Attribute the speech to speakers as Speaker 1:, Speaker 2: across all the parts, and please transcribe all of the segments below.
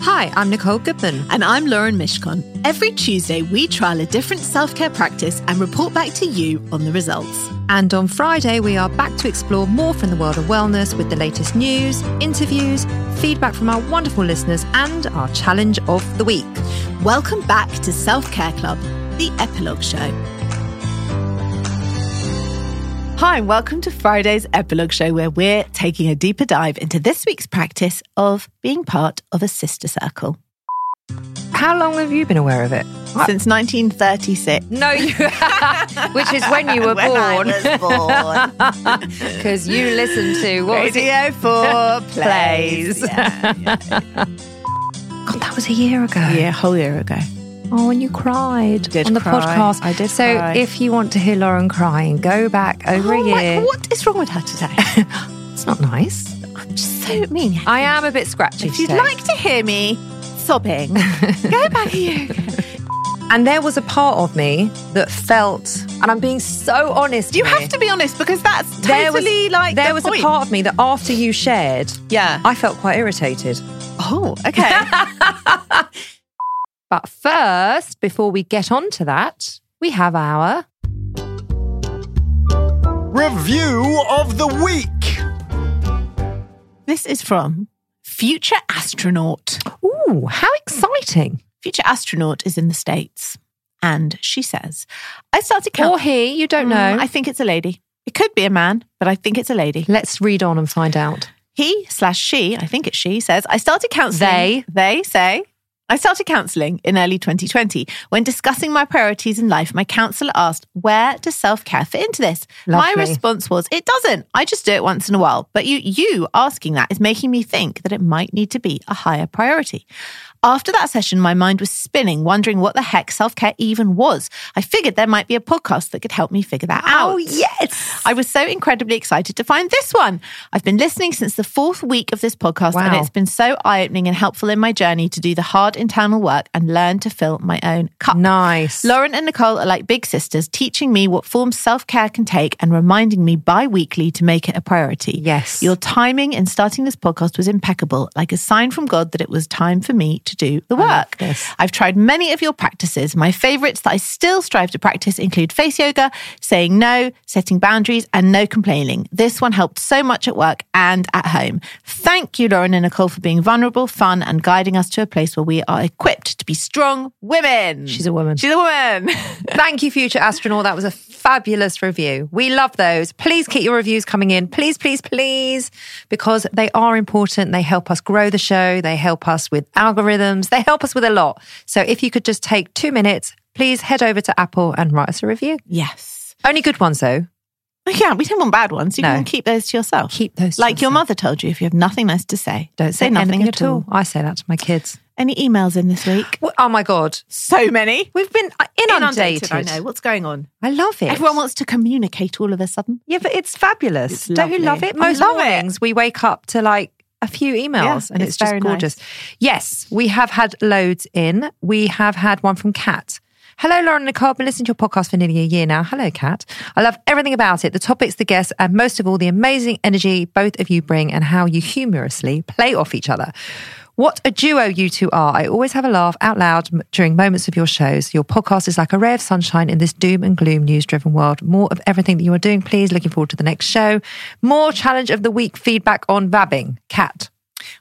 Speaker 1: Hi, I'm Nicole Goodman.
Speaker 2: And I'm Lauren Mishkon. Every Tuesday, we trial a different self care practice and report back to you on the results.
Speaker 1: And on Friday, we are back to explore more from the world of wellness with the latest news, interviews, feedback from our wonderful listeners, and our challenge of the week.
Speaker 2: Welcome back to Self Care Club, the epilogue show. Hi, and welcome to Friday's epilogue show, where we're taking a deeper dive into this week's practice of being part of a sister circle.
Speaker 1: How long have you been aware of it?
Speaker 2: Since 1936.
Speaker 1: No, you, which is when you were
Speaker 2: When I
Speaker 1: born,
Speaker 2: was born.
Speaker 1: because you listened to what was it?
Speaker 2: Radio 4 plays.
Speaker 1: Plays.
Speaker 2: Yeah, yeah.
Speaker 1: God, that was a year ago.
Speaker 2: Yeah, a whole year ago.
Speaker 1: Oh, and you cried
Speaker 2: Did
Speaker 1: on the
Speaker 2: cry.
Speaker 1: podcast.
Speaker 2: I did
Speaker 1: So,
Speaker 2: cry.
Speaker 1: if you want to hear Lauren crying, go back over
Speaker 2: Oh
Speaker 1: a
Speaker 2: my-
Speaker 1: year.
Speaker 2: what is wrong with her today?
Speaker 1: It's not nice.
Speaker 2: I'm just so mean.
Speaker 1: I am a bit scratchy.
Speaker 2: If you'd
Speaker 1: today.
Speaker 2: like to hear me sobbing, go back here.
Speaker 1: And there was a part of me that felt, and I'm being so honest.
Speaker 2: You
Speaker 1: here,
Speaker 2: have to be honest because that's totally
Speaker 1: There was-
Speaker 2: like
Speaker 1: There
Speaker 2: the
Speaker 1: was
Speaker 2: point.
Speaker 1: a part of me that after you shared,
Speaker 2: Yeah.
Speaker 1: I felt quite irritated.
Speaker 2: Oh, okay.
Speaker 1: But first, before we get on to that, we have our.
Speaker 3: Review of the week.
Speaker 2: this is from Future Astronaut.
Speaker 1: Ooh, how exciting.
Speaker 2: Future Astronaut is in the States. And she says, I started counting.
Speaker 1: Or he, you don't know.
Speaker 2: Mm, I think it's a lady. It could be a man, but I think it's a lady.
Speaker 1: Let's read on and find out.
Speaker 2: He slash she, I think it's she, says, I started counseling.
Speaker 1: They.
Speaker 2: They say. I started counseling in early 2020. When discussing my priorities in life, my counselor asked, Where does self care fit into this? My
Speaker 1: Lovely.
Speaker 2: response was, It doesn't. I just do it once in a while. But you, you asking that is making me think that it might need to be a higher priority. After that session, my mind was spinning, wondering what the heck self care even was. I figured there might be a podcast that could help me figure that out.
Speaker 1: Oh, yes.
Speaker 2: I was so incredibly excited to find this one. I've been listening since the fourth week of this podcast, and
Speaker 1: Wow.
Speaker 2: it's been so eye opening and helpful in my journey to do the hard internal work and learn to fill my own cup.
Speaker 1: Nice.
Speaker 2: Lauren and Nicole are like big sisters, teaching me what forms self care can take and reminding me bi weekly to make it a priority.
Speaker 1: Yes.
Speaker 2: Your timing in starting this podcast was impeccable, like a sign from God that it was time for me to do the work.
Speaker 1: this.
Speaker 2: I've tried many of your practices. My favorites that I still strive to practice include face yoga, saying no, setting boundaries, and no complaining. This one helped so much at work and at home. Thank you, Lauren and Nicole, for being vulnerable, fun, and guiding us to a place where we are equipped to be strong women.
Speaker 1: She's a woman.
Speaker 2: She's a woman.
Speaker 1: Thank you, future astronaut. That was a fabulous review. We love those. Please keep your reviews coming in. Please, please, please, because they are important. They help us grow the show. They help us with algorithms. They help us with a lot. So if you could just take two minutes, please head over to Apple and write us a review.
Speaker 2: yes.
Speaker 1: Only good ones, though.
Speaker 2: Oh, Yeah, we don't want bad ones. You
Speaker 1: No.
Speaker 2: can keep those to yourself.
Speaker 1: Keep those to
Speaker 2: Like your
Speaker 1: yourself.
Speaker 2: mother told you, if you have nothing nice to say,
Speaker 1: Don't say,
Speaker 2: nothing
Speaker 1: anything at all. I say that to my kids.
Speaker 2: Any emails in this week?
Speaker 1: Well, Oh my God.
Speaker 2: So many.
Speaker 1: We've been inundated.
Speaker 2: I know. What's going on?
Speaker 1: I love it.
Speaker 2: Everyone wants to communicate all of a sudden.
Speaker 1: Yeah, but it's fabulous.
Speaker 2: It's
Speaker 1: Don't you love
Speaker 2: lovely.
Speaker 1: it?
Speaker 2: I
Speaker 1: Most
Speaker 2: love it.
Speaker 1: mornings we wake up to like a few emails
Speaker 2: Yeah,
Speaker 1: and it's,
Speaker 2: it's
Speaker 1: just
Speaker 2: very
Speaker 1: gorgeous. Yes, we have had loads in. We have had one from Kat. Hello, Lauren and Nicole. I've been listening to your podcast for nearly a year now. Hello, Kat. I love everything about it the topics, the guests, and most of all, the amazing energy both of you bring and how you humorously play off each other. What a duo you two are. I always have a laugh out loud m- during moments of your shows. Your podcast is like a ray of sunshine in this doom and gloom news driven world. More of everything that you are doing, please. Looking forward to the next show. More challenge of the week feedback on vabbing. Cat,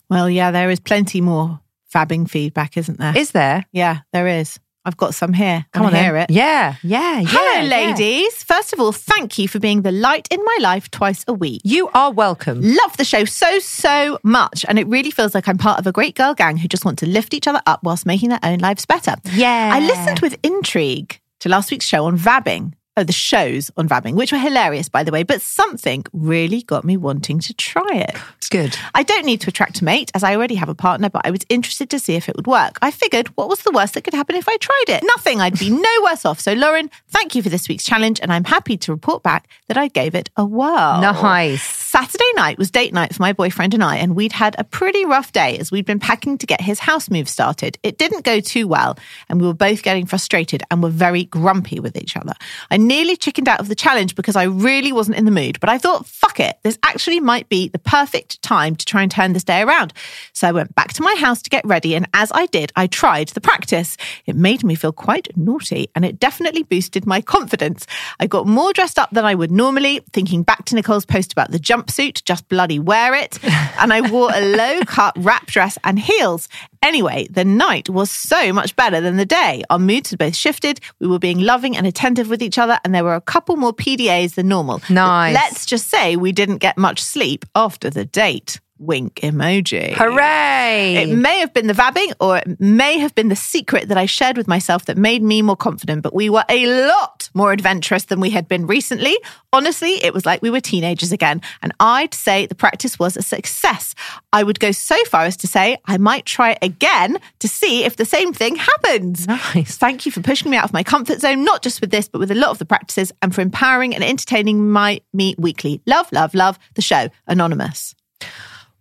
Speaker 2: Well, yeah, there is plenty more fabbing feedback, isn't there?
Speaker 1: is there?
Speaker 2: yeah, there is. I've got some here. Come on,
Speaker 1: Wanna
Speaker 2: hear
Speaker 1: then.
Speaker 2: it.
Speaker 1: Yeah, yeah, yeah.
Speaker 2: Hello,
Speaker 1: yeah.
Speaker 2: ladies. First of all, thank you for being the light in my life twice a week.
Speaker 1: You are welcome.
Speaker 2: Love the show so, so much. And it really feels like I'm part of a great girl gang who just want to lift each other up whilst making their own lives better.
Speaker 1: Yeah.
Speaker 2: I listened with intrigue to last week's show on vabbing. Oh, the shows on vabbing, which were hilarious, by the way, but something really got me wanting to try it.
Speaker 1: Good.
Speaker 2: I don't need to attract a mate as I already have a partner, but I was interested to see if it would work. I figured what was the worst that could happen if I tried it? Nothing. I'd be no worse off. So, Lauren, thank you for this week's challenge, and I'm happy to report back that I gave it a whirl.
Speaker 1: Nice.
Speaker 2: Saturday night was date night for my boyfriend and I, and we'd had a pretty rough day as we'd been packing to get his house move started. It didn't go too well, and we were both getting frustrated and were very grumpy with each other. I nearly chickened out of the challenge because I really wasn't in the mood, but I thought, fuck it, this actually might be the perfect time to try and turn this day around. So I went back to my house to get ready, and as I did, I tried the practice. It made me feel quite naughty, and it definitely boosted my confidence. I got more dressed up than I would normally, thinking back to Nicole's post about the jumpsuit, just bloody wear it. And I wore a low cut wrap dress and heels. Anyway, the night was so much better than the day. Our moods had both shifted. We were being loving and attentive with each other, and there were a couple more PDAs than normal.
Speaker 1: Nice.
Speaker 2: Let's just say we didn't get much sleep after the date. Wink emoji.
Speaker 1: Hooray!
Speaker 2: Oh. It may have been the vabbing or it may have been the secret that I shared with myself that made me more confident, but we were a lot more adventurous than we had been recently. Honestly, it was like we were teenagers again. And I'd say the practice was a success. I would go so far as to say I might try it again to see if the same thing happens.
Speaker 1: Nice.
Speaker 2: Thank you for pushing me out of my comfort zone, not just with this, but with a lot of the practices and for empowering and entertaining my me weekly. Love, love, love the show. Anonymous.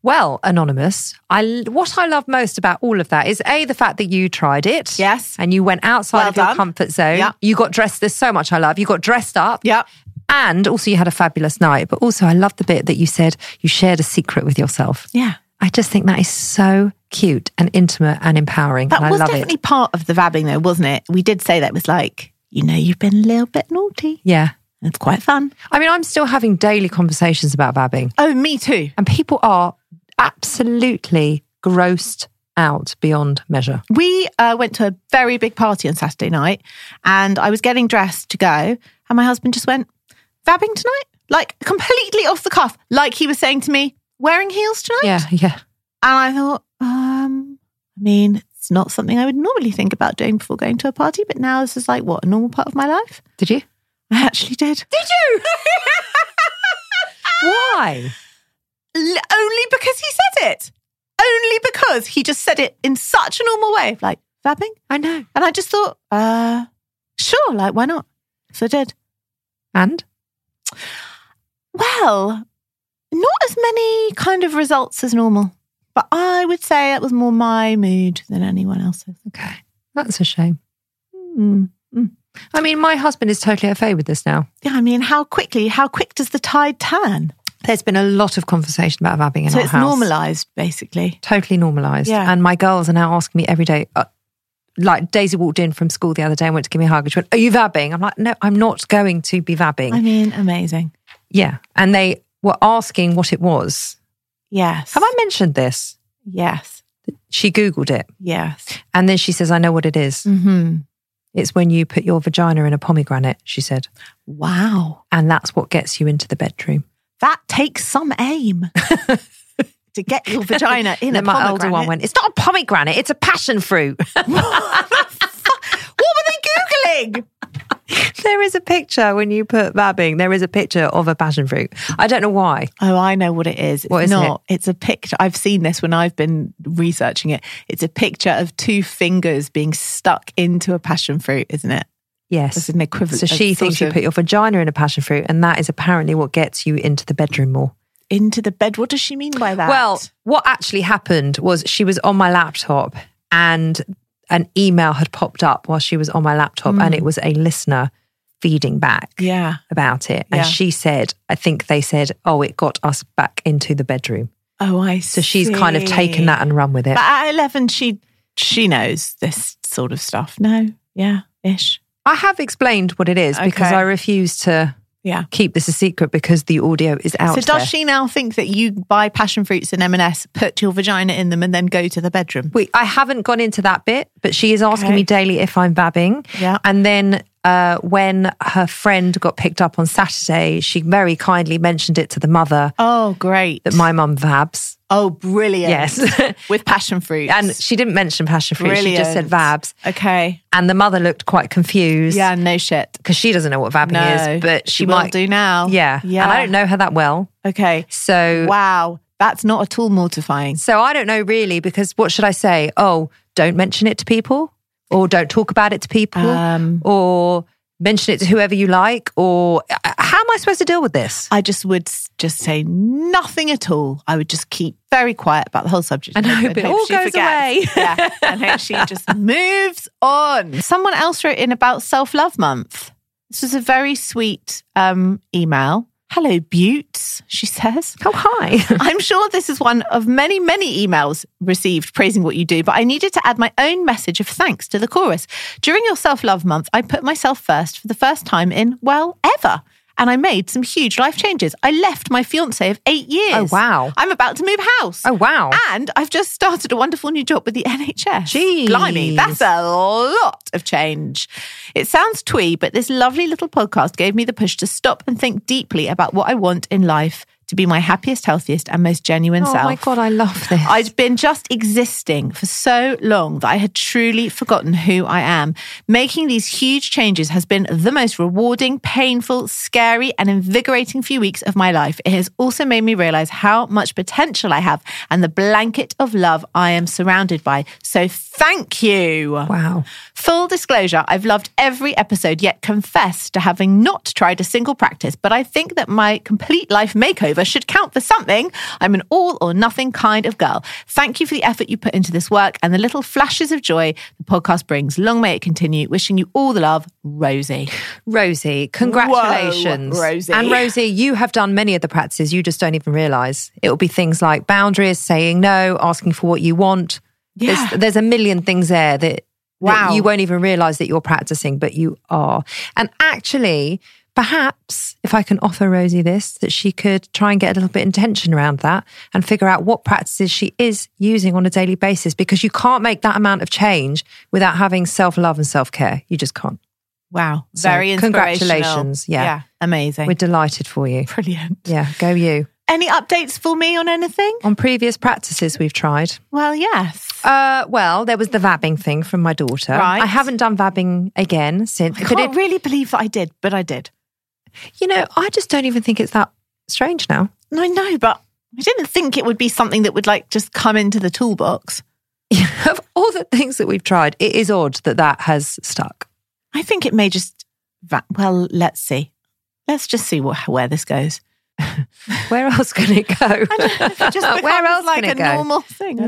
Speaker 1: Well, anonymous, I what I love most about all of that is a the fact that you tried it,
Speaker 2: Yes.
Speaker 1: and you went outside
Speaker 2: Well
Speaker 1: of your
Speaker 2: done.
Speaker 1: comfort zone.
Speaker 2: Yeah.
Speaker 1: You got dressed. There's so much I love. You got dressed up,
Speaker 2: Yeah.
Speaker 1: and also you had a fabulous night. But also, I love the bit that you said you shared a secret with yourself.
Speaker 2: Yeah.
Speaker 1: I just think that is so cute and intimate and empowering.
Speaker 2: That
Speaker 1: and I
Speaker 2: was
Speaker 1: love
Speaker 2: definitely
Speaker 1: it.
Speaker 2: part of the vabbing, though, wasn't it? We did say that it was like, you know, you've been a little bit naughty.
Speaker 1: Yeah.
Speaker 2: It's quite fun.
Speaker 1: I mean, I'm still having daily conversations about vabbing,
Speaker 2: Oh, me too.
Speaker 1: and people are absolutely grossed out beyond measure.
Speaker 2: We uh, went to a very big party on Saturday night, and I was getting dressed to go, and my husband just went vabbing tonight, like completely off the cuff, like he was saying to me, wearing heels tonight.
Speaker 1: Yeah, yeah.
Speaker 2: And I thought, um, I mean, it's not something I would normally think about doing before going to a party, but now this is like what a normal part of my life.
Speaker 1: Did you?
Speaker 2: I actually did. Did you?
Speaker 1: Why?
Speaker 2: L- only because he said it. Only because he just said it in such a normal way, like vabbing.
Speaker 1: I know.
Speaker 2: And I just thought, uh, sure, like why not? So I did.
Speaker 1: And
Speaker 2: Well, not as many kind of results as normal, but I would say that was more my mood than anyone else's.
Speaker 1: okay, that's a shame.
Speaker 2: Hmm.
Speaker 1: I mean, my husband is totally okay with this now.
Speaker 2: Yeah, I mean, how quickly? How quick does the tide turn?
Speaker 1: There's been a lot of conversation about vabbing in
Speaker 2: so
Speaker 1: our
Speaker 2: it's
Speaker 1: house.
Speaker 2: normalized, basically.
Speaker 1: Totally normalised.
Speaker 2: Yeah.
Speaker 1: And my girls are now asking me every day. Uh, like Daisy walked in from school the other day and went to give me a hug. and She went, "Are you vabbing?" I'm like, "No, I'm not going to be vabbing."
Speaker 2: I mean, amazing.
Speaker 1: yeah. And they were asking what it was.
Speaker 2: Yes.
Speaker 1: Have I mentioned this?
Speaker 2: Yes.
Speaker 1: She googled it,
Speaker 2: Yes.
Speaker 1: and then she says, "I know what it is.
Speaker 2: Mm-hmm.
Speaker 1: It's when you put your vagina in a pomegranate." She said,
Speaker 2: Wow.
Speaker 1: and that's what gets you into the bedroom.
Speaker 2: that takes some aim to get your vagina in a
Speaker 1: then my older one went, it's not a pomegranate, it's a passion fruit.
Speaker 2: What were they googling?
Speaker 1: there is a picture when you put vabbing, there is a picture of a passion fruit. I don't know why.
Speaker 2: Oh, I know what it is. It's
Speaker 1: What is it?
Speaker 2: not. It's a picture. I've seen this when I've been researching it. It's a picture of two fingers being stuck into a passion fruit, isn't it? It's
Speaker 1: Yes.
Speaker 2: an equivalent.
Speaker 1: So she
Speaker 2: a sort
Speaker 1: thinks you
Speaker 2: of-
Speaker 1: put your vagina in a passion fruit, and that is apparently what gets you into the bedroom more.
Speaker 2: into the bed. What does she mean by that?
Speaker 1: Well, what actually happened was she was on my laptop and an email had popped up while she was on my laptop, and it was a listener feeding back
Speaker 2: Mm. yeah.
Speaker 1: about it. And
Speaker 2: Yeah.
Speaker 1: she said, I think they said, oh, it got us back into the bedroom.
Speaker 2: Oh, I.
Speaker 1: So she's kind of taken that and run with it.
Speaker 2: But at eleven, she she knows this sort of stuff. No. Yeah. Ish.
Speaker 1: I have explained what it is because
Speaker 2: Okay.
Speaker 1: I refuse to
Speaker 2: Yeah.
Speaker 1: keep this a secret because the audio is out.
Speaker 2: So
Speaker 1: there.
Speaker 2: does she now think that you buy passion fruits and M&S, put your vagina in them, and then go to the bedroom?
Speaker 1: We, I haven't gone into that bit, but she is asking
Speaker 2: Okay.
Speaker 1: me daily if I'm vabbing.
Speaker 2: Yeah.
Speaker 1: And then uh, when her friend got picked up on Saturday, she very kindly mentioned it to the mother
Speaker 2: Oh, great!
Speaker 1: that my mum vabs.
Speaker 2: oh, brilliant!
Speaker 1: Yes.
Speaker 2: with passion fruits
Speaker 1: and she didn't mention passion fruit. She just said
Speaker 2: Brilliant.
Speaker 1: vabs.
Speaker 2: okay,
Speaker 1: And the mother looked quite confused.
Speaker 2: yeah, no shit.
Speaker 1: Because she doesn't know what vabbing
Speaker 2: No,
Speaker 1: is, but she,
Speaker 2: will
Speaker 1: might
Speaker 2: do now.
Speaker 1: Yeah.
Speaker 2: yeah.
Speaker 1: And I don't know her that well.
Speaker 2: Okay,
Speaker 1: So
Speaker 2: wow, that's not at all mortifying.
Speaker 1: So I don't know really because what should I say? Oh, don't mention it to people, or don't talk about it to people,
Speaker 2: Um,
Speaker 1: or mention it to whoever you like, or uh, how am I supposed to deal with this?
Speaker 2: I just would s- just say nothing at all. I would just keep very quiet about the whole subject
Speaker 1: And hope it all
Speaker 2: she
Speaker 1: goes away.
Speaker 2: yeah, and hope she just moves on. Someone else wrote in about self love month. This was a very sweet um, email. Hello, Buttes, she says.
Speaker 1: Oh, hi.
Speaker 2: I'm sure this is one of many, many emails received praising what you do, but I needed to add my own message of thanks to the chorus. During your self love month, I put myself first for the first time in, well, ever. And I made some huge life changes. I left my fiance of eight years.
Speaker 1: Oh, wow.
Speaker 2: I'm about to move house.
Speaker 1: Oh, wow.
Speaker 2: And I've just started a wonderful new job with the NHS.
Speaker 1: Jeez.
Speaker 2: Blimey, that's a lot of change. It sounds twee, but this lovely little podcast gave me the push to stop and think deeply about what I want in life to be my happiest, healthiest, and most genuine
Speaker 1: Oh,
Speaker 2: self.
Speaker 1: my God, I love this.
Speaker 2: I'd been just existing for so long that I had truly forgotten who I am. Making these huge changes has been the most rewarding, painful, scary, and invigorating few weeks of my life. It has also made me realize how much potential I have and the blanket of love I am surrounded by. So thank you.
Speaker 1: wow.
Speaker 2: Full disclosure, I've loved every episode, yet confess to having not tried a single practice. But I think that my complete life makeover should count for something. I'm an all or nothing kind of girl. Thank you for the effort you put into this work and the little flashes of joy the podcast brings. Long may it continue. Wishing you all the love, Rosie.
Speaker 1: Rosie, congratulations.
Speaker 2: Whoa, Rosie.
Speaker 1: And Rosie, you have done many of the practices you just don't even realize. It will be things like boundaries, saying no, asking for what you want.
Speaker 2: Yeah.
Speaker 1: There's, there's a million things there that, that
Speaker 2: Wow.
Speaker 1: you won't even realize that you're practicing, but you are. And actually, perhaps if I can offer Rosie this, that she could try and get a little bit intention around that and figure out what practices she is using on a daily basis because you can't make that amount of change without having self love and self care. You just can't.
Speaker 2: Wow.
Speaker 1: So,
Speaker 2: Very inspirational.
Speaker 1: congratulations. Yeah.
Speaker 2: Amazing.
Speaker 1: We're delighted for you.
Speaker 2: Brilliant.
Speaker 1: Yeah, go you.
Speaker 2: Any updates for me on anything?
Speaker 1: On previous practices we've tried.
Speaker 2: Well, yes.
Speaker 1: Uh, well, there was the vabbing thing from my daughter.
Speaker 2: Right.
Speaker 1: I haven't done vabbing again since.
Speaker 2: I
Speaker 1: but
Speaker 2: can't
Speaker 1: it,
Speaker 2: really believe that I did, but I did.
Speaker 1: you know, I just don't even think it's that strange now.
Speaker 2: No, no, but I didn't think it would be something that would like just come into the toolbox.
Speaker 1: of all the things that we've tried, it is odd that that has stuck.
Speaker 2: I think it may just. va- Well, let's see. Let's just see what, where this goes.
Speaker 1: Where else can it go?
Speaker 2: It just
Speaker 1: Where
Speaker 2: becomes
Speaker 1: else can
Speaker 2: like a
Speaker 1: it go?
Speaker 2: normal thing. I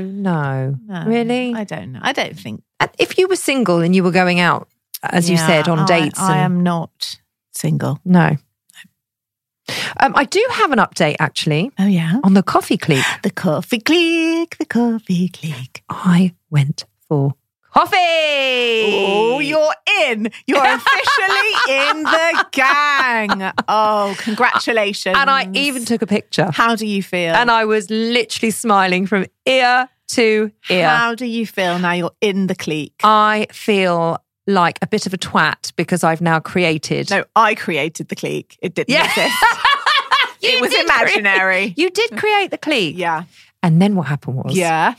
Speaker 2: don't
Speaker 1: no, no,
Speaker 2: know. No,
Speaker 1: Really?
Speaker 2: I don't know. I don't think,
Speaker 1: And if you were single and you were going out, as you
Speaker 2: Yeah,
Speaker 1: said, on
Speaker 2: I-
Speaker 1: dates,
Speaker 2: I
Speaker 1: and,
Speaker 2: am not single.
Speaker 1: no. Um, I do have an update actually
Speaker 2: Oh yeah,
Speaker 1: on the coffee clique.
Speaker 2: the coffee clique, the coffee clique.
Speaker 1: I went for coffee.
Speaker 2: Oh, you're in. You're officially in the gang. Oh, congratulations!
Speaker 1: and I even took a picture.
Speaker 2: How do you feel?
Speaker 1: And I was literally smiling from ear to ear.
Speaker 2: How do you feel now you're in the clique?
Speaker 1: I feel like a bit of a twat because I've now created.
Speaker 2: No, I created the clique. It didn't
Speaker 1: Yeah.
Speaker 2: exist.
Speaker 1: You
Speaker 2: it was
Speaker 1: did create-
Speaker 2: imaginary.
Speaker 1: you did create the clique.
Speaker 2: yeah.
Speaker 1: And then what happened was
Speaker 2: Yeah.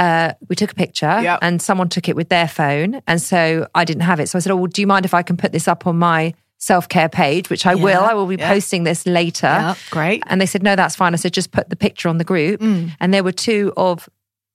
Speaker 1: uh, we took a picture
Speaker 2: Yep.
Speaker 1: and someone took it with their phone. And so I didn't have it. So I said, Oh, well, do you mind if I can put this up on my self care page? Which I will. I will be
Speaker 2: yeah.
Speaker 1: posting this later.
Speaker 2: Yep, great.
Speaker 1: And they said, No, that's fine. I said, Just put the picture on the group.
Speaker 2: Mm.
Speaker 1: And there were two of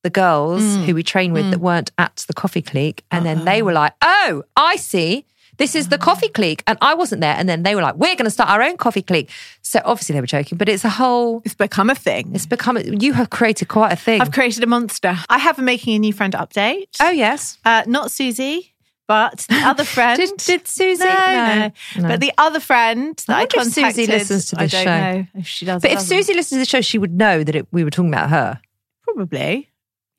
Speaker 1: the girls who we train with
Speaker 2: Mm.
Speaker 1: that weren't at the coffee clique. And then
Speaker 2: Uh-huh.
Speaker 1: they were like, Oh, I see. This is
Speaker 2: Ah.
Speaker 1: the coffee clique. And I wasn't there. And then they were like, We're going to start our own coffee clique. So obviously they were joking, but it's a whole.
Speaker 2: It's become a thing.
Speaker 1: It's become, you have created quite a thing.
Speaker 2: I've created a monster. I have a making a new friend update.
Speaker 1: oh, yes.
Speaker 2: Uh, not Susie, but the other friend.
Speaker 1: Did, did Susie?
Speaker 2: no, no,
Speaker 1: no.
Speaker 2: But the other friend that
Speaker 1: I
Speaker 2: I,
Speaker 1: wonder if Susie
Speaker 2: contacted.
Speaker 1: listens to this
Speaker 2: I don't
Speaker 1: show.
Speaker 2: know if she does. or
Speaker 1: But if
Speaker 2: doesn't.
Speaker 1: Susie listened to the show, she would know that it, we were talking about her.
Speaker 2: probably,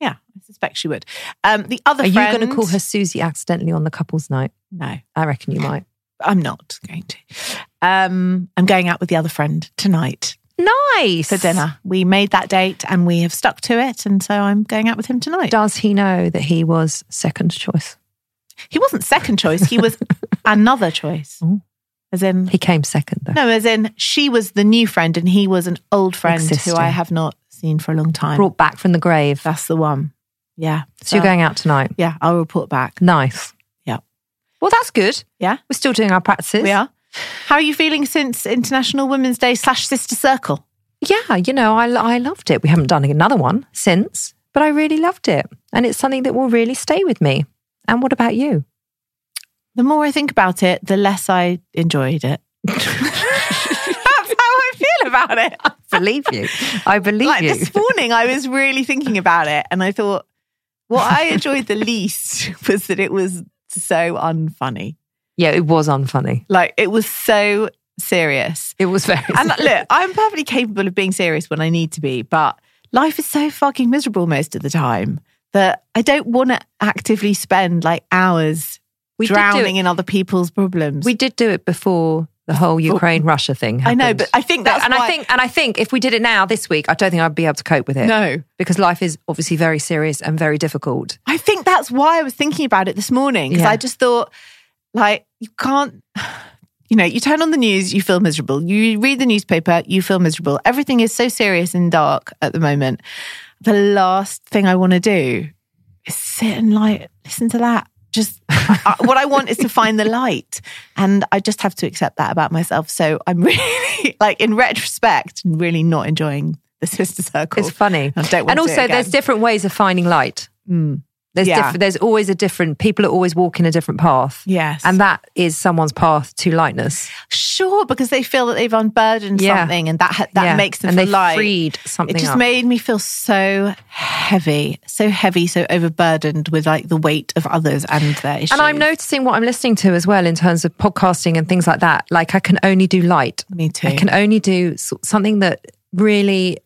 Speaker 2: yeah, I suspect she would. Um, the other
Speaker 1: Are
Speaker 2: friend,
Speaker 1: you going to call her Susie accidentally on the couple's night?
Speaker 2: No,
Speaker 1: I reckon you might.
Speaker 2: I'm not going to. Um, I'm going out with the other friend tonight.
Speaker 1: Nice.
Speaker 2: for dinner. We made that date and we have stuck to it. And so I'm going out with him tonight.
Speaker 1: Does he know that he was second choice?
Speaker 2: He wasn't second choice, he was another choice.
Speaker 1: Oh.
Speaker 2: As in,
Speaker 1: He came second though.
Speaker 2: no, as in, she was the new friend and he was an old friend
Speaker 1: Existing.
Speaker 2: who I have not seen for a long time.
Speaker 1: Brought back from the grave. So,
Speaker 2: That's the one. Yeah.
Speaker 1: you're going out tonight.
Speaker 2: Yeah, I'll report back.
Speaker 1: Nice.
Speaker 2: Yeah.
Speaker 1: Well, that's good.
Speaker 2: Yeah.
Speaker 1: We're still doing our practices.
Speaker 2: We are. How are you feeling since International Women's Day slash Sister Circle?
Speaker 1: Yeah. You know, I, I loved it. We haven't done another one since, but I really loved it. And it's something that will really stay with me. And what about you?
Speaker 2: The more I think about it, the less I enjoyed it. That's how I feel about it.
Speaker 1: Believe you. I believe
Speaker 2: like
Speaker 1: you.
Speaker 2: this morning I was really thinking about it and I thought what I enjoyed the least was that it was so unfunny.
Speaker 1: Yeah, it was unfunny.
Speaker 2: Like it was so serious.
Speaker 1: It was very.
Speaker 2: And look, I'm perfectly capable of being serious when I need to be, but life is so fucking miserable most of the time that I don't want to actively spend like hours
Speaker 1: we did
Speaker 2: drowning
Speaker 1: do it.
Speaker 2: in other people's problems.
Speaker 1: We did do it before the whole Ukraine Russia thing.
Speaker 2: I
Speaker 1: Happened.
Speaker 2: know, but I think
Speaker 1: But-
Speaker 2: that's
Speaker 1: and
Speaker 2: why,
Speaker 1: I think and I think if we did it now this week, I don't think I'd be able to cope with it.
Speaker 2: no.
Speaker 1: because life is obviously very serious and very difficult.
Speaker 2: I think that's why I was thinking about it this morning because
Speaker 1: Yeah.
Speaker 2: I just thought, like, you can't. You know, you turn on the news, you feel miserable. You read the newspaper, you feel miserable. Everything is so serious and dark at the moment. The last thing I want to do is sit and like listen to that. Just I, I- what I want is to find the light, and I just have to accept that about myself. So I'm really, like, in retrospect, really not enjoying the sister circle.
Speaker 1: It's funny.
Speaker 2: I
Speaker 1: And
Speaker 2: don't want to do it
Speaker 1: also, there's
Speaker 2: again. Hmm.
Speaker 1: different ways of finding light. There's
Speaker 2: Yeah.
Speaker 1: diff- there's always a different. People are always walking a different path.
Speaker 2: yes,
Speaker 1: And that is someone's path to lightness.
Speaker 2: Sure, because they feel that they've unburdened
Speaker 1: Yeah.
Speaker 2: something, and that ha- that
Speaker 1: Yeah.
Speaker 2: makes them
Speaker 1: and
Speaker 2: feel
Speaker 1: they
Speaker 2: light.
Speaker 1: freed something.
Speaker 2: It just
Speaker 1: up.
Speaker 2: made me feel so heavy, so heavy, so overburdened with like the weight of others and their issues.
Speaker 1: and I'm noticing what I'm listening to as well in terms of podcasting and things like that. Like I can only do light.
Speaker 2: me too.
Speaker 1: I can only do s- something that really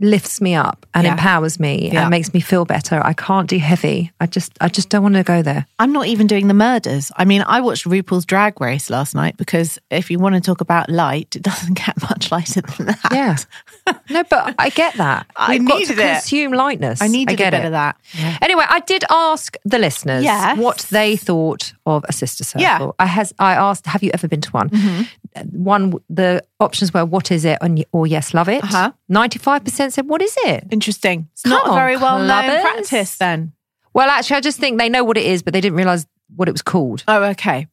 Speaker 1: lifts me up and
Speaker 2: Yeah.
Speaker 1: empowers me
Speaker 2: Yeah.
Speaker 1: and makes me feel better. I can't do heavy. I just I just don't want to go there.
Speaker 2: I'm not even doing the murders. I mean, I watched RuPaul's Drag Race last night because if you want to talk about light, it doesn't get much lighter than that.
Speaker 1: Yeah. no, but I get that.
Speaker 2: I
Speaker 1: We've got to
Speaker 2: needed it.
Speaker 1: consume lightness.
Speaker 2: I needed
Speaker 1: get
Speaker 2: a bit
Speaker 1: it.
Speaker 2: of that.
Speaker 1: Anyway, I did ask the listeners
Speaker 2: Yes.
Speaker 1: what they thought of a sister circle.
Speaker 2: Yeah. Mm-hmm.
Speaker 1: I has I asked, have you ever been to one? One the options were what is it and or yes, love it.
Speaker 2: Uh-huh.
Speaker 1: 95% said what is it?
Speaker 2: Interesting. It's
Speaker 1: Come
Speaker 2: not a
Speaker 1: on,
Speaker 2: very well known
Speaker 1: clubbers.
Speaker 2: practice then.
Speaker 1: Well, actually I just think they know what it is but they didn't realize what it was called.
Speaker 2: Oh, okay.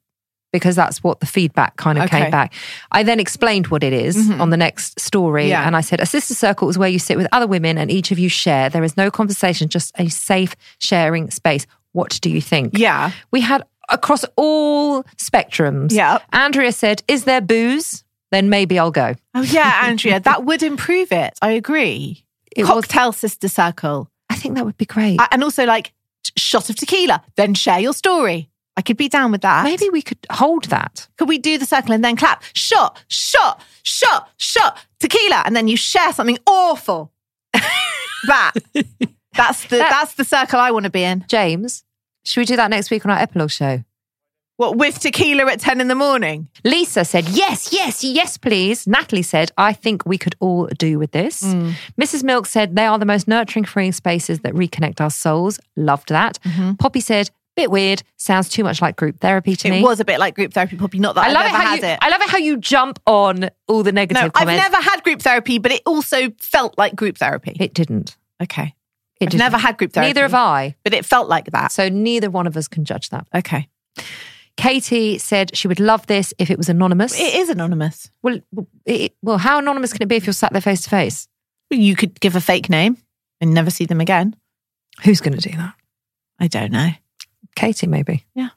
Speaker 1: because that's what the feedback kind of
Speaker 2: Okay. Mm-hmm.
Speaker 1: came back. I then explained what it is on the next story.
Speaker 2: Yeah.
Speaker 1: And I said, A sister circle is where you sit with other women and each of you share. There is no conversation, just a safe sharing space. What do you think?
Speaker 2: Yeah.
Speaker 1: We had across all spectrums.
Speaker 2: Yeah.
Speaker 1: Andrea said, Is there booze? Then maybe I'll go.
Speaker 2: Oh yeah, Andrea, that would improve it. I agree.
Speaker 1: It was-
Speaker 2: Cocktail sister circle,
Speaker 1: I think that would be great.
Speaker 2: A- and also like sh- shot of tequila. Then share your story. I could be down with that.
Speaker 1: maybe we could hold that.
Speaker 2: could we do the circle and then clap? Shot, shot, shot, shot tequila, and then you share something awful. that that's the
Speaker 1: That-
Speaker 2: that's the circle I want to be in.
Speaker 1: James, should we do that next week on our epilogue show?
Speaker 2: What with tequila at ten in the morning?
Speaker 1: Lisa said, yes, yes, yes, please. Natalie said, I think we could all do with this.
Speaker 2: Mm.
Speaker 1: Mrs. Milk said, they are the most nurturing, freeing spaces that reconnect our souls. Loved that. Poppy said, bit weird. Sounds too much like group therapy to
Speaker 2: Mm-hmm. It
Speaker 1: me.
Speaker 2: was a bit like group therapy, probably not that
Speaker 1: I
Speaker 2: have
Speaker 1: love it
Speaker 2: ever
Speaker 1: how
Speaker 2: had
Speaker 1: you,
Speaker 2: it.
Speaker 1: I love it how you jump on all the
Speaker 2: no,
Speaker 1: negative
Speaker 2: I've
Speaker 1: comments.
Speaker 2: never had group therapy, but it also felt like group therapy.
Speaker 1: it didn't.
Speaker 2: okay,
Speaker 1: It
Speaker 2: I've
Speaker 1: didn't.
Speaker 2: never had group therapy.
Speaker 1: Neither have I.
Speaker 2: but it felt like that.
Speaker 1: So neither one of us can judge that.
Speaker 2: Okay.
Speaker 1: Katie said she would love this if it was anonymous.
Speaker 2: It is anonymous.
Speaker 1: well, it, well, how anonymous can it be if you're sat there face to face?
Speaker 2: You could give a fake name and never see them again.
Speaker 1: Who's going to do that?
Speaker 2: I don't know.
Speaker 1: Katie, maybe.
Speaker 2: Yeah.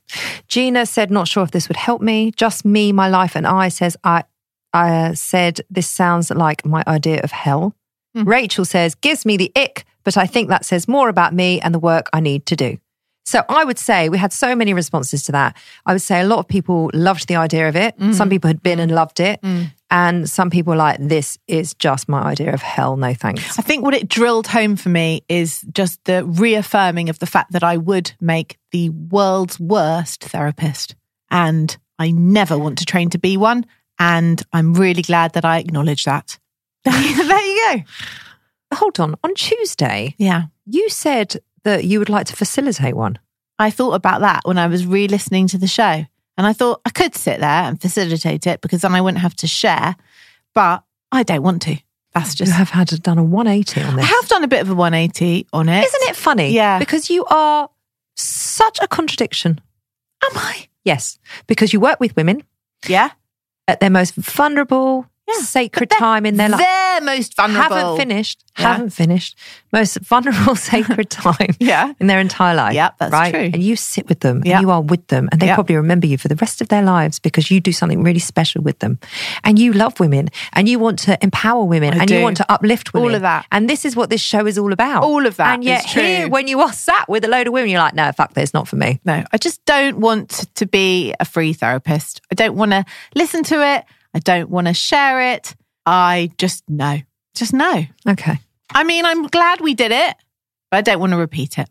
Speaker 1: Gina said, not sure if this would help me. Just me, my life, and I says, I, I uh, said, this sounds like my idea of hell. Rachel says, gives me the ick, but I think that says more about me and the work I need to do. So I would say we had so many responses to that. I would say a lot of people loved the idea of it. Some people had been and loved it. And some people were like, this is just my idea of hell. No thanks.
Speaker 2: I think what it drilled home for me is just the reaffirming of the fact that I would make the world's worst therapist. And I never want to train to be one. And I'm really glad that I acknowledge that. there you go.
Speaker 1: Hold on. On Tuesday,
Speaker 2: Yeah.
Speaker 1: you said that you would like to facilitate one.
Speaker 2: I thought about that when I was re listening to the show. And I thought I could sit there and facilitate it because then I wouldn't have to share. But I don't want to. That's
Speaker 1: You
Speaker 2: just.
Speaker 1: have had done a 180 on
Speaker 2: I
Speaker 1: this.
Speaker 2: have done a bit of a 180 on it.
Speaker 1: Isn't it funny?
Speaker 2: Yeah.
Speaker 1: Because you are such a contradiction.
Speaker 2: Am I?
Speaker 1: Yes. Because you work with women
Speaker 2: Yeah.
Speaker 1: at their most vulnerable, sacred time in their life.
Speaker 2: They're most vulnerable.
Speaker 1: Haven't finished.
Speaker 2: Yeah.
Speaker 1: Haven't finished. Most vulnerable, sacred time
Speaker 2: Yeah.
Speaker 1: in their entire life.
Speaker 2: Yep, that's
Speaker 1: right?
Speaker 2: true.
Speaker 1: And you sit with them
Speaker 2: Yep.
Speaker 1: and you are with them and they
Speaker 2: Yep.
Speaker 1: probably remember you for the rest of their lives because you do something really special with them. And you love women and you want to empower women
Speaker 2: I
Speaker 1: and
Speaker 2: do.
Speaker 1: you want to uplift women.
Speaker 2: All of that.
Speaker 1: And this is what this show is all about.
Speaker 2: All of that
Speaker 1: And yet
Speaker 2: is true.
Speaker 1: here when you are sat with a load of women, you're like, no, fuck this, not for me.
Speaker 2: No, I just don't want to be a free therapist. I don't want to listen to it. I don't want to share it. I just no, just no.
Speaker 1: Okay.
Speaker 2: I mean, I'm glad we did it, but I don't want to repeat it.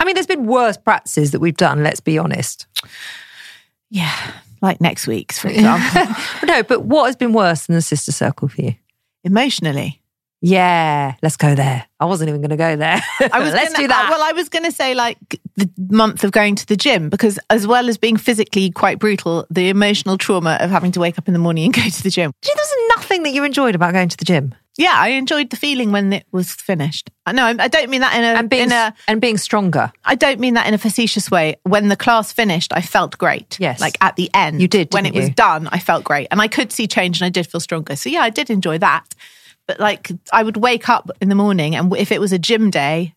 Speaker 1: I mean, there's been worse practices that we've done, let's be honest.
Speaker 2: Yeah, like next week's, for example,
Speaker 1: no, but what has been worse than the sister circle for you?
Speaker 2: emotionally.
Speaker 1: Yeah, let's go there. I wasn't even going to go there.
Speaker 2: I was
Speaker 1: let's
Speaker 2: gonna,
Speaker 1: do that.
Speaker 2: Well, I was going to say like the month of going to the gym because as well as being physically quite brutal, the emotional trauma of having to wake up in the morning and go to the gym.
Speaker 1: Gee, there was nothing that you enjoyed about going to the gym
Speaker 2: Yeah, I enjoyed the feeling when it was finished. I- No, I I don't mean that in a
Speaker 1: and being
Speaker 2: in a
Speaker 1: and being stronger.
Speaker 2: I don't mean that in a facetious way. When the class finished, I felt great.
Speaker 1: Yes.
Speaker 2: Like at the end.
Speaker 1: You did,
Speaker 2: When it
Speaker 1: didn't
Speaker 2: was
Speaker 1: you?
Speaker 2: done, I felt great. And I could see change and I did feel stronger. So yeah, I did enjoy that. But like I would wake up in the morning and if it was a gym day,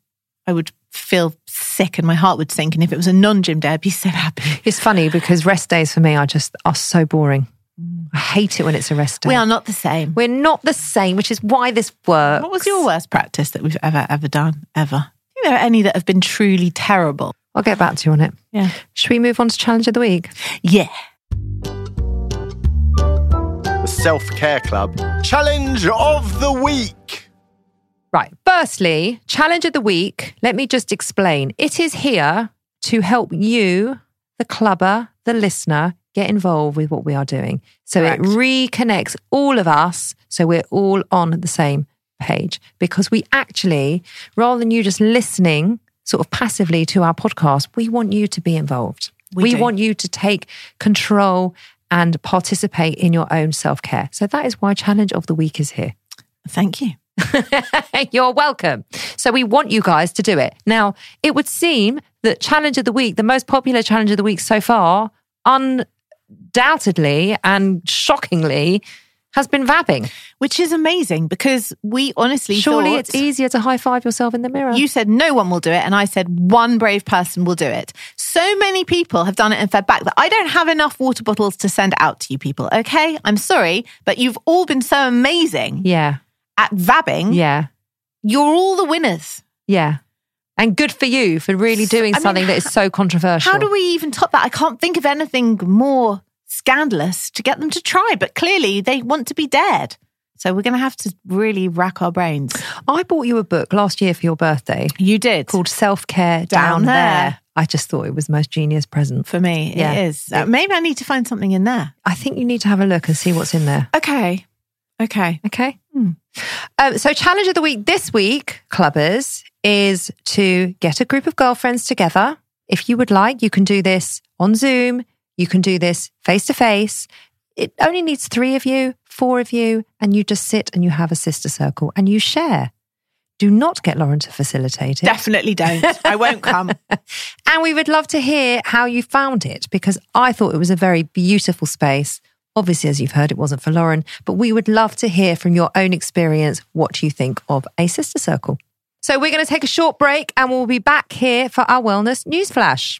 Speaker 2: I would feel sick and my heart would sink. And if it was a non gym day, I'd be so happy.
Speaker 1: It's funny because rest days for me are just are so boring. I hate it when it's a rest day.
Speaker 2: We are not the same.
Speaker 1: We're not the same, which is why this works.
Speaker 2: What was your worst practice that we've ever, ever done? Ever? I think there are any that have been truly terrible.
Speaker 1: I'll get back to you on it.
Speaker 2: Yeah.
Speaker 1: Should we move on to challenge of the week?
Speaker 2: Yeah.
Speaker 3: The Self Care Club Challenge of the Week.
Speaker 1: Right. Firstly, challenge of the week. Let me just explain. It is here to help you, the clubber, the listener, get involved with what we are doing. So
Speaker 2: Correct.
Speaker 1: it reconnects all of us. So we're all on the same page because we actually, rather than you just listening sort of passively to our podcast, we want you to be involved.
Speaker 2: We
Speaker 1: we
Speaker 2: do.
Speaker 1: want you to take control and participate in your own self care. So that is why challenge of the week is here.
Speaker 2: Thank you.
Speaker 1: You're welcome. So we want you guys to do it. Now, it would seem that challenge of the week, the most popular challenge of the week so far, undoubtedly and shockingly, has been vabbing.
Speaker 2: Which is amazing because we honestly
Speaker 1: Surely
Speaker 2: thought-
Speaker 1: it's easier to high five yourself in the mirror.
Speaker 2: You said no one will do it, and I said one brave person will do it. So many people have done it and fed back that I don't have enough water bottles to send out to you people. Okay, I'm sorry, but you've all been so amazing
Speaker 1: yeah,
Speaker 2: at vabbing.
Speaker 1: yeah,
Speaker 2: You're all the winners.
Speaker 1: yeah. And good for you for really doing
Speaker 2: I mean,
Speaker 1: something that is so controversial.
Speaker 2: How do we even top that? I can't think of anything more scandalous to get them to try, but clearly they want to be dared. So we're going to have to really rack our brains.
Speaker 1: I bought you a book last year for your birthday
Speaker 2: You did.
Speaker 1: called Self Care
Speaker 2: Down
Speaker 1: Down,
Speaker 2: There.
Speaker 1: there. I just thought it was the most genius present.
Speaker 2: for me,
Speaker 1: Yeah.
Speaker 2: it is. Uh, maybe I need to find something in there.
Speaker 1: I think you need to have a look and see what's in there.
Speaker 2: Okay. Okay.
Speaker 1: Okay. Um, so, challenge of the week this week, clubbers, is to get a group of girlfriends together. If you would like, you can do this on Zoom. You can do this face to face. It only needs three of you, four of you, and you just sit and you have a sister circle and you share. Do not get Lauren to facilitate it.
Speaker 2: Definitely don't. I won't come.
Speaker 1: And we would love to hear how you found it because I thought it was a very beautiful space. Obviously, as you've heard, it wasn't for Lauren, but we would love to hear from your own experience what you think of a sister circle. So we're going to take a short break and we'll be back here for our wellness newsflash.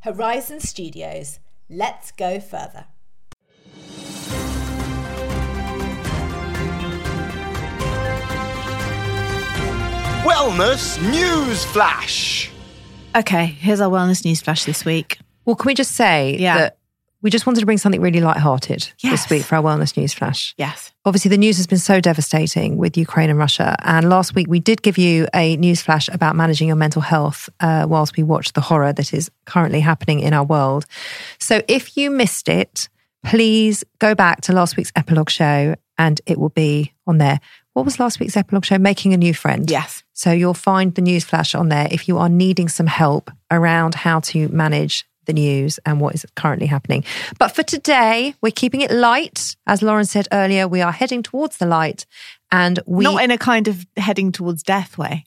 Speaker 4: Horizon Studios. Let's go further.
Speaker 3: Wellness News Flash.
Speaker 2: Okay, here's our wellness news flash this week.
Speaker 1: Well, can we just say
Speaker 2: Yeah.
Speaker 1: that we just wanted to bring something really lighthearted
Speaker 2: Yes.
Speaker 1: this week for our wellness news flash.
Speaker 2: Yes.
Speaker 1: Obviously, the news has been so devastating with Ukraine and Russia. And last week, we did give you a news flash about managing your mental health uh, whilst we watch the horror that is currently happening in our world. So, if you missed it, please go back to last week's epilogue show, and it will be on there. What was last week's epilogue show? Making a new friend.
Speaker 2: Yes.
Speaker 1: So you'll find the news flash on there if you are needing some help around how to manage the news and what is currently happening. But for today, we're keeping it light. As Lauren said earlier, we are heading towards the light and we
Speaker 2: Not in a kind of heading towards death way.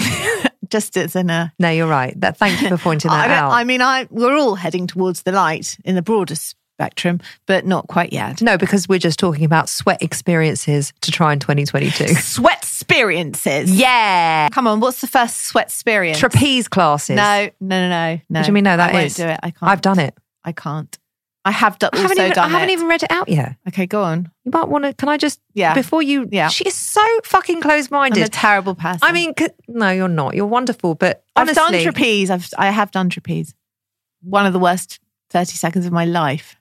Speaker 2: Just as in a
Speaker 1: No, you're right. That thank you for pointing
Speaker 2: I
Speaker 1: that
Speaker 2: don't-
Speaker 1: out.
Speaker 2: I mean, I we're all heading towards the light in the broader spectrum, but not quite yet.
Speaker 1: no, because we're just talking about sweat experiences to try in 2022.
Speaker 2: Sweat experiences.
Speaker 1: yeah.
Speaker 2: Come on, what's the first sweat experience?
Speaker 1: Trapeze classes.
Speaker 2: No, no, no, no, no.
Speaker 1: What do you mean? No, that
Speaker 2: I won't
Speaker 1: is-
Speaker 2: do it. I can't.
Speaker 1: I've done it.
Speaker 2: I can't. I have do-
Speaker 1: I
Speaker 2: also
Speaker 1: haven't, even,
Speaker 2: done
Speaker 1: I haven't
Speaker 2: it.
Speaker 1: even read it out yet.
Speaker 2: Okay, go on.
Speaker 1: You might want to. Can I just?
Speaker 2: Yeah.
Speaker 1: Before you.
Speaker 2: Yeah.
Speaker 1: She is so fucking close
Speaker 2: I'm a
Speaker 1: minded.
Speaker 2: terrible person.
Speaker 1: I mean, c- no, you're not. You're wonderful, but honestly,
Speaker 2: I've done trapeze. I've I have done trapeze. One of the worst thirty seconds of my life.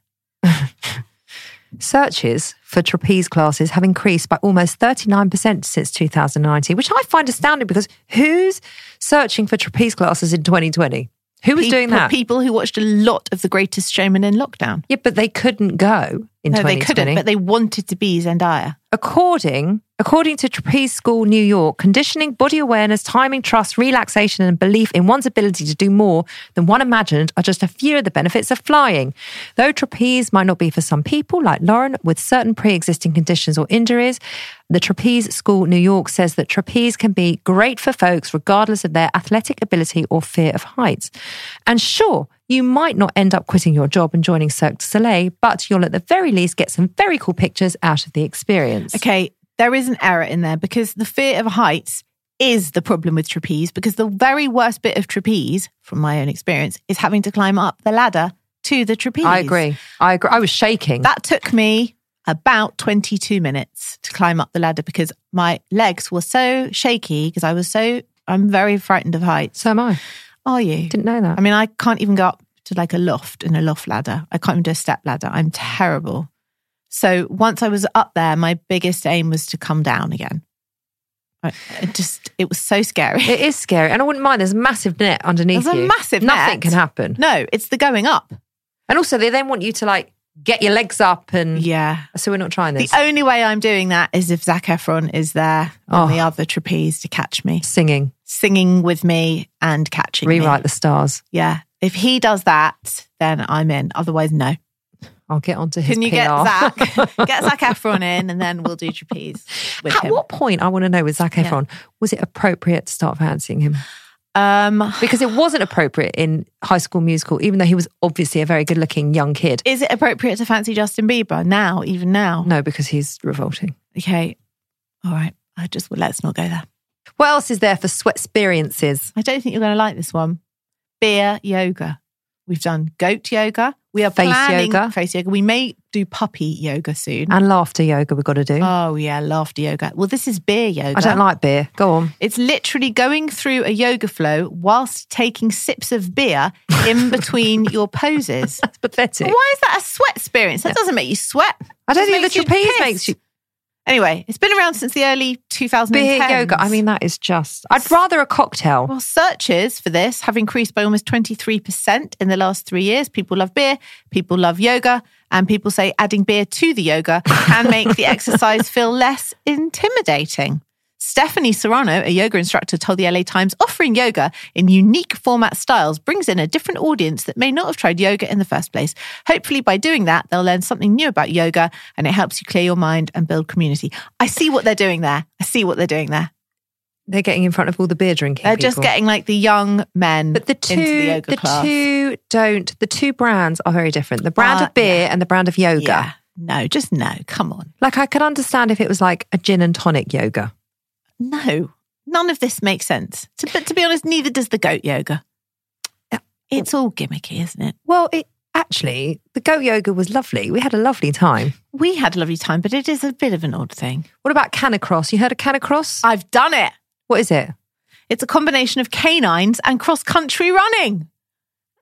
Speaker 1: searches for trapeze classes have increased by almost 39% since 2019, which I find astounding because who's searching for trapeze classes in 2020? Who was doing
Speaker 2: People-
Speaker 1: that?
Speaker 2: People who watched a lot of The Greatest Showman in lockdown.
Speaker 1: yeah, but they couldn't go in
Speaker 2: No, they
Speaker 1: 2020.
Speaker 2: couldn't, but they wanted to be Zendaya.
Speaker 1: According according to Trapeze School New York, conditioning, body awareness, timing, trust, relaxation, and belief in one's ability to do more than one imagined are just a few of the benefits of flying. Though trapeze might not be for some people, like Lauren, with certain pre-existing conditions or injuries, the Trapeze School New York says that trapeze can be great for folks regardless of their athletic ability or fear of heights. And sure, you might not end up quitting your job and joining Cirque du Soleil, but you'll at the very least get some very cool pictures out of the experience.
Speaker 2: Okay, there is an error in there because the fear of heights is the problem with trapeze because the very worst bit of trapeze, from my own experience, is having to climb up the ladder to the trapeze.
Speaker 1: I agree. I agree. I was shaking.
Speaker 2: That took me about 22 minutes to climb up the ladder because my legs were so shaky because I was so, I'm very frightened of heights.
Speaker 1: so am I.
Speaker 2: Are you?
Speaker 1: Didn't know that.
Speaker 2: I mean, I can't even go up to like a loft and a loft ladder. I can't even do a step ladder. I'm terrible. So once I was up there, my biggest aim was to come down again. I, I just, it was so scary.
Speaker 1: it is scary, and I wouldn't mind. There's a massive net underneath
Speaker 2: There's a
Speaker 1: you.
Speaker 2: massive
Speaker 1: Nothing
Speaker 2: net.
Speaker 1: can happen.
Speaker 2: No, it's the going up.
Speaker 1: And also, they then want you to like get your legs up, and
Speaker 2: Yeah.
Speaker 1: so we're not trying
Speaker 2: The
Speaker 1: this.
Speaker 2: only way I'm doing that is if Zac Efron is there
Speaker 1: Oh.
Speaker 2: on the other trapeze to catch me,
Speaker 1: Singing,
Speaker 2: singing with me and catching me.
Speaker 1: rewrite the stars.
Speaker 2: Yeah. If he does that, then I'm in. Otherwise, no.
Speaker 1: I'll get onto his.
Speaker 2: Can you
Speaker 1: PR.
Speaker 2: get Zach? get Zach Efron in, and then we'll do trapeze with
Speaker 1: At
Speaker 2: him.
Speaker 1: what point I want to know with Zac
Speaker 2: Yeah.
Speaker 1: Efron was it appropriate to start fancying him?
Speaker 2: Um,
Speaker 1: Because it wasn't appropriate in High School Musical, even though he was obviously a very good-looking young kid.
Speaker 2: is it appropriate to fancy Justin Bieber now? Even now?
Speaker 1: No, because he's revolting.
Speaker 2: Okay. All right. I just well, let's not go there.
Speaker 1: What else is there for sweat experiences?
Speaker 2: I don't think you're going to like this one. Beer yoga. We've done goat yoga. We are
Speaker 1: Face
Speaker 2: planning
Speaker 1: yoga. Ah.
Speaker 2: face yoga. We may do puppy yoga soon.
Speaker 1: And laughter yoga, we've got to do.
Speaker 2: Oh yeah, laughter yoga. Well, this is beer yoga.
Speaker 1: I don't like beer. Go on.
Speaker 2: It's literally going through a yoga flow whilst taking sips of beer in between your poses.
Speaker 1: That's pathetic.
Speaker 2: Why is that a sweat experience? That doesn't make you sweat.
Speaker 1: I don't
Speaker 2: Just
Speaker 1: think the
Speaker 2: makes you
Speaker 1: trapeze
Speaker 2: pissed.
Speaker 1: makes you
Speaker 2: Anyway, it's been around since the early 2010s.
Speaker 1: beer yoga. I mean, that is just. I'd rather a cocktail.
Speaker 2: well, searches for this have increased by almost 23% in the last three years. People love beer, people love yoga, and people say adding beer to the yoga can make the exercise feel less intimidating. Stephanie Serrano, a yoga instructor, told the LA Times offering yoga in unique format styles brings in a different audience that may not have tried yoga in the first place. Hopefully, by doing that, they'll learn something new about yoga and it helps you clear your mind and build community. I see what they're doing there. I see what they're doing there.
Speaker 1: They're getting in front of all the beer drinking.
Speaker 2: They're just
Speaker 1: people.
Speaker 2: getting like the young men
Speaker 1: But the two,
Speaker 2: into the
Speaker 1: the,
Speaker 2: yoga class.
Speaker 1: two don't. The two brands are very different. The brand
Speaker 2: Uh,
Speaker 1: of beer and the brand of yoga.
Speaker 2: yeah. No, just no. Come on.
Speaker 1: Like I could understand if it was like a gin and tonic yoga.
Speaker 2: No, none of this makes sense. To, but to be honest, neither does the goat yoga. It's all gimmicky, isn't it?
Speaker 1: Well, it actually the goat yoga was lovely. We had a lovely time.
Speaker 2: We had a lovely time, but it is a bit of an odd thing.
Speaker 1: What about canacross? You heard of canacross?
Speaker 2: I've done it.
Speaker 1: What is it?
Speaker 2: It's a combination of canines and cross country running.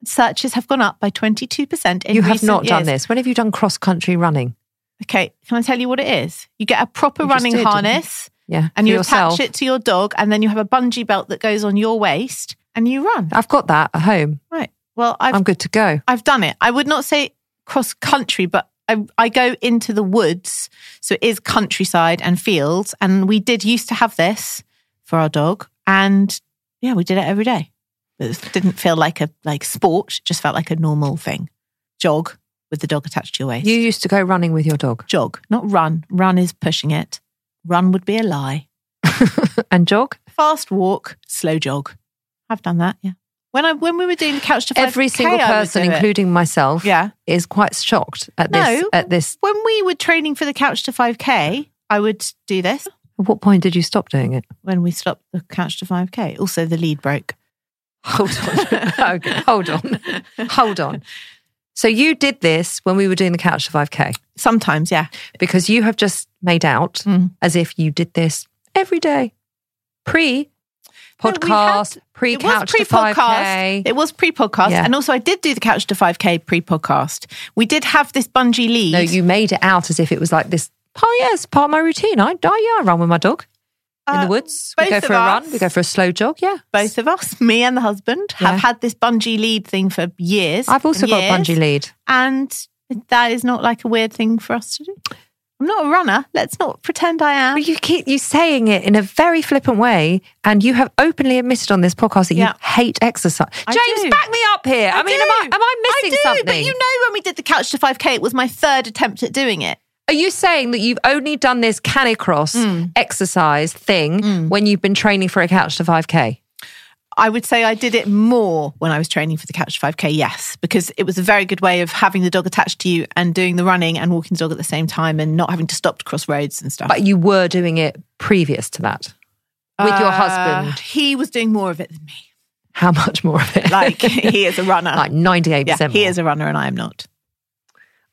Speaker 2: Searches have gone up by 22% in
Speaker 1: you have
Speaker 2: recent
Speaker 1: not done
Speaker 2: years.
Speaker 1: this. When have you done cross country running?
Speaker 2: Okay, can I tell you what it is? You get a proper
Speaker 1: You just
Speaker 2: running
Speaker 1: did, didn't you?
Speaker 2: harness
Speaker 1: Yeah,
Speaker 2: and
Speaker 1: for
Speaker 2: you
Speaker 1: yourself.
Speaker 2: attach it to your dog, and then you have a bungee belt that goes on your waist and you run.
Speaker 1: I've got that at home.
Speaker 2: Right. Well, I've
Speaker 1: I'm good to go.
Speaker 2: I've done it. I would not say cross country, but I, I go into the woods. So it is countryside and fields. And we did used to have this for our dog. And yeah, we did it every day. But It didn't feel like a like sport, it just felt like a normal thing. Jog with the dog attached to your waist.
Speaker 1: You used to go running with your dog
Speaker 2: Jog, not run. Run is pushing it. Run would be a lie.
Speaker 1: and jog
Speaker 2: Fast walk, slow jog. I've done that, yeah. When I when we were doing the couch to 5K,
Speaker 1: every single
Speaker 2: I would
Speaker 1: person,
Speaker 2: do it.
Speaker 1: including myself,
Speaker 2: Yeah.
Speaker 1: is quite shocked at this.
Speaker 2: No.
Speaker 1: At this,
Speaker 2: when we were training for the couch to 5k i would do this
Speaker 1: at what point did you stop doing it?
Speaker 2: when we stopped the couch to 5k also the lead broke
Speaker 1: Hold on, okay, hold on, hold on. So you did this when we were doing the couch to five k
Speaker 2: sometimes yeah
Speaker 1: because you have just made out
Speaker 2: Mm.
Speaker 1: as if you did this every day, pre podcast, pre
Speaker 2: it was
Speaker 1: couch to five
Speaker 2: pre-podcast
Speaker 1: k.
Speaker 2: it was pre-podcast
Speaker 1: Yeah.
Speaker 2: and also i did do the couch to 5k pre-podcast we did have this bungee lead
Speaker 1: No, you made it out as if it was like this. Oh yeah, it's part of my routine. I, I yeah, I run with my dog. in
Speaker 2: Uh,
Speaker 1: the woods. We
Speaker 2: both
Speaker 1: go
Speaker 2: of
Speaker 1: for a
Speaker 2: us-
Speaker 1: run. We go for a slow jog. Yeah.
Speaker 2: both of us me and the husband
Speaker 1: Yeah.
Speaker 2: have had this bungee lead thing for years
Speaker 1: I've also
Speaker 2: and
Speaker 1: got
Speaker 2: years,
Speaker 1: bungee lead.
Speaker 2: and that is not like a weird thing for us to do i'm not a runner let's not pretend i am
Speaker 1: But you keep you saying it in a very flippant way, and you have openly admitted on this podcast that
Speaker 2: Yeah.
Speaker 1: you hate exercise.
Speaker 2: I
Speaker 1: James,
Speaker 2: do.
Speaker 1: back me up here. I, mean, am I
Speaker 2: do.
Speaker 1: am I missing
Speaker 2: do,
Speaker 1: something?
Speaker 2: But you know, when we did the couch to 5K, it was my third attempt at doing it.
Speaker 1: Are you saying that you've only done this canicross
Speaker 2: Mm.
Speaker 1: exercise thing when you've been training for a couch to five k?
Speaker 2: I would say I did it more when I was training for the couch to 5K, yes, because it was a very good way of having the dog attached to you and doing the running and walking the dog at the same time and not having to stop to cross roads and stuff.
Speaker 1: But you were doing it previous to that with your
Speaker 2: Uh,
Speaker 1: husband.
Speaker 2: He was doing more of it than me.
Speaker 1: How much more of it?
Speaker 2: Like, he is a runner.
Speaker 1: like ninety eight
Speaker 2: yeah,
Speaker 1: percent.
Speaker 2: he is a runner and I am not.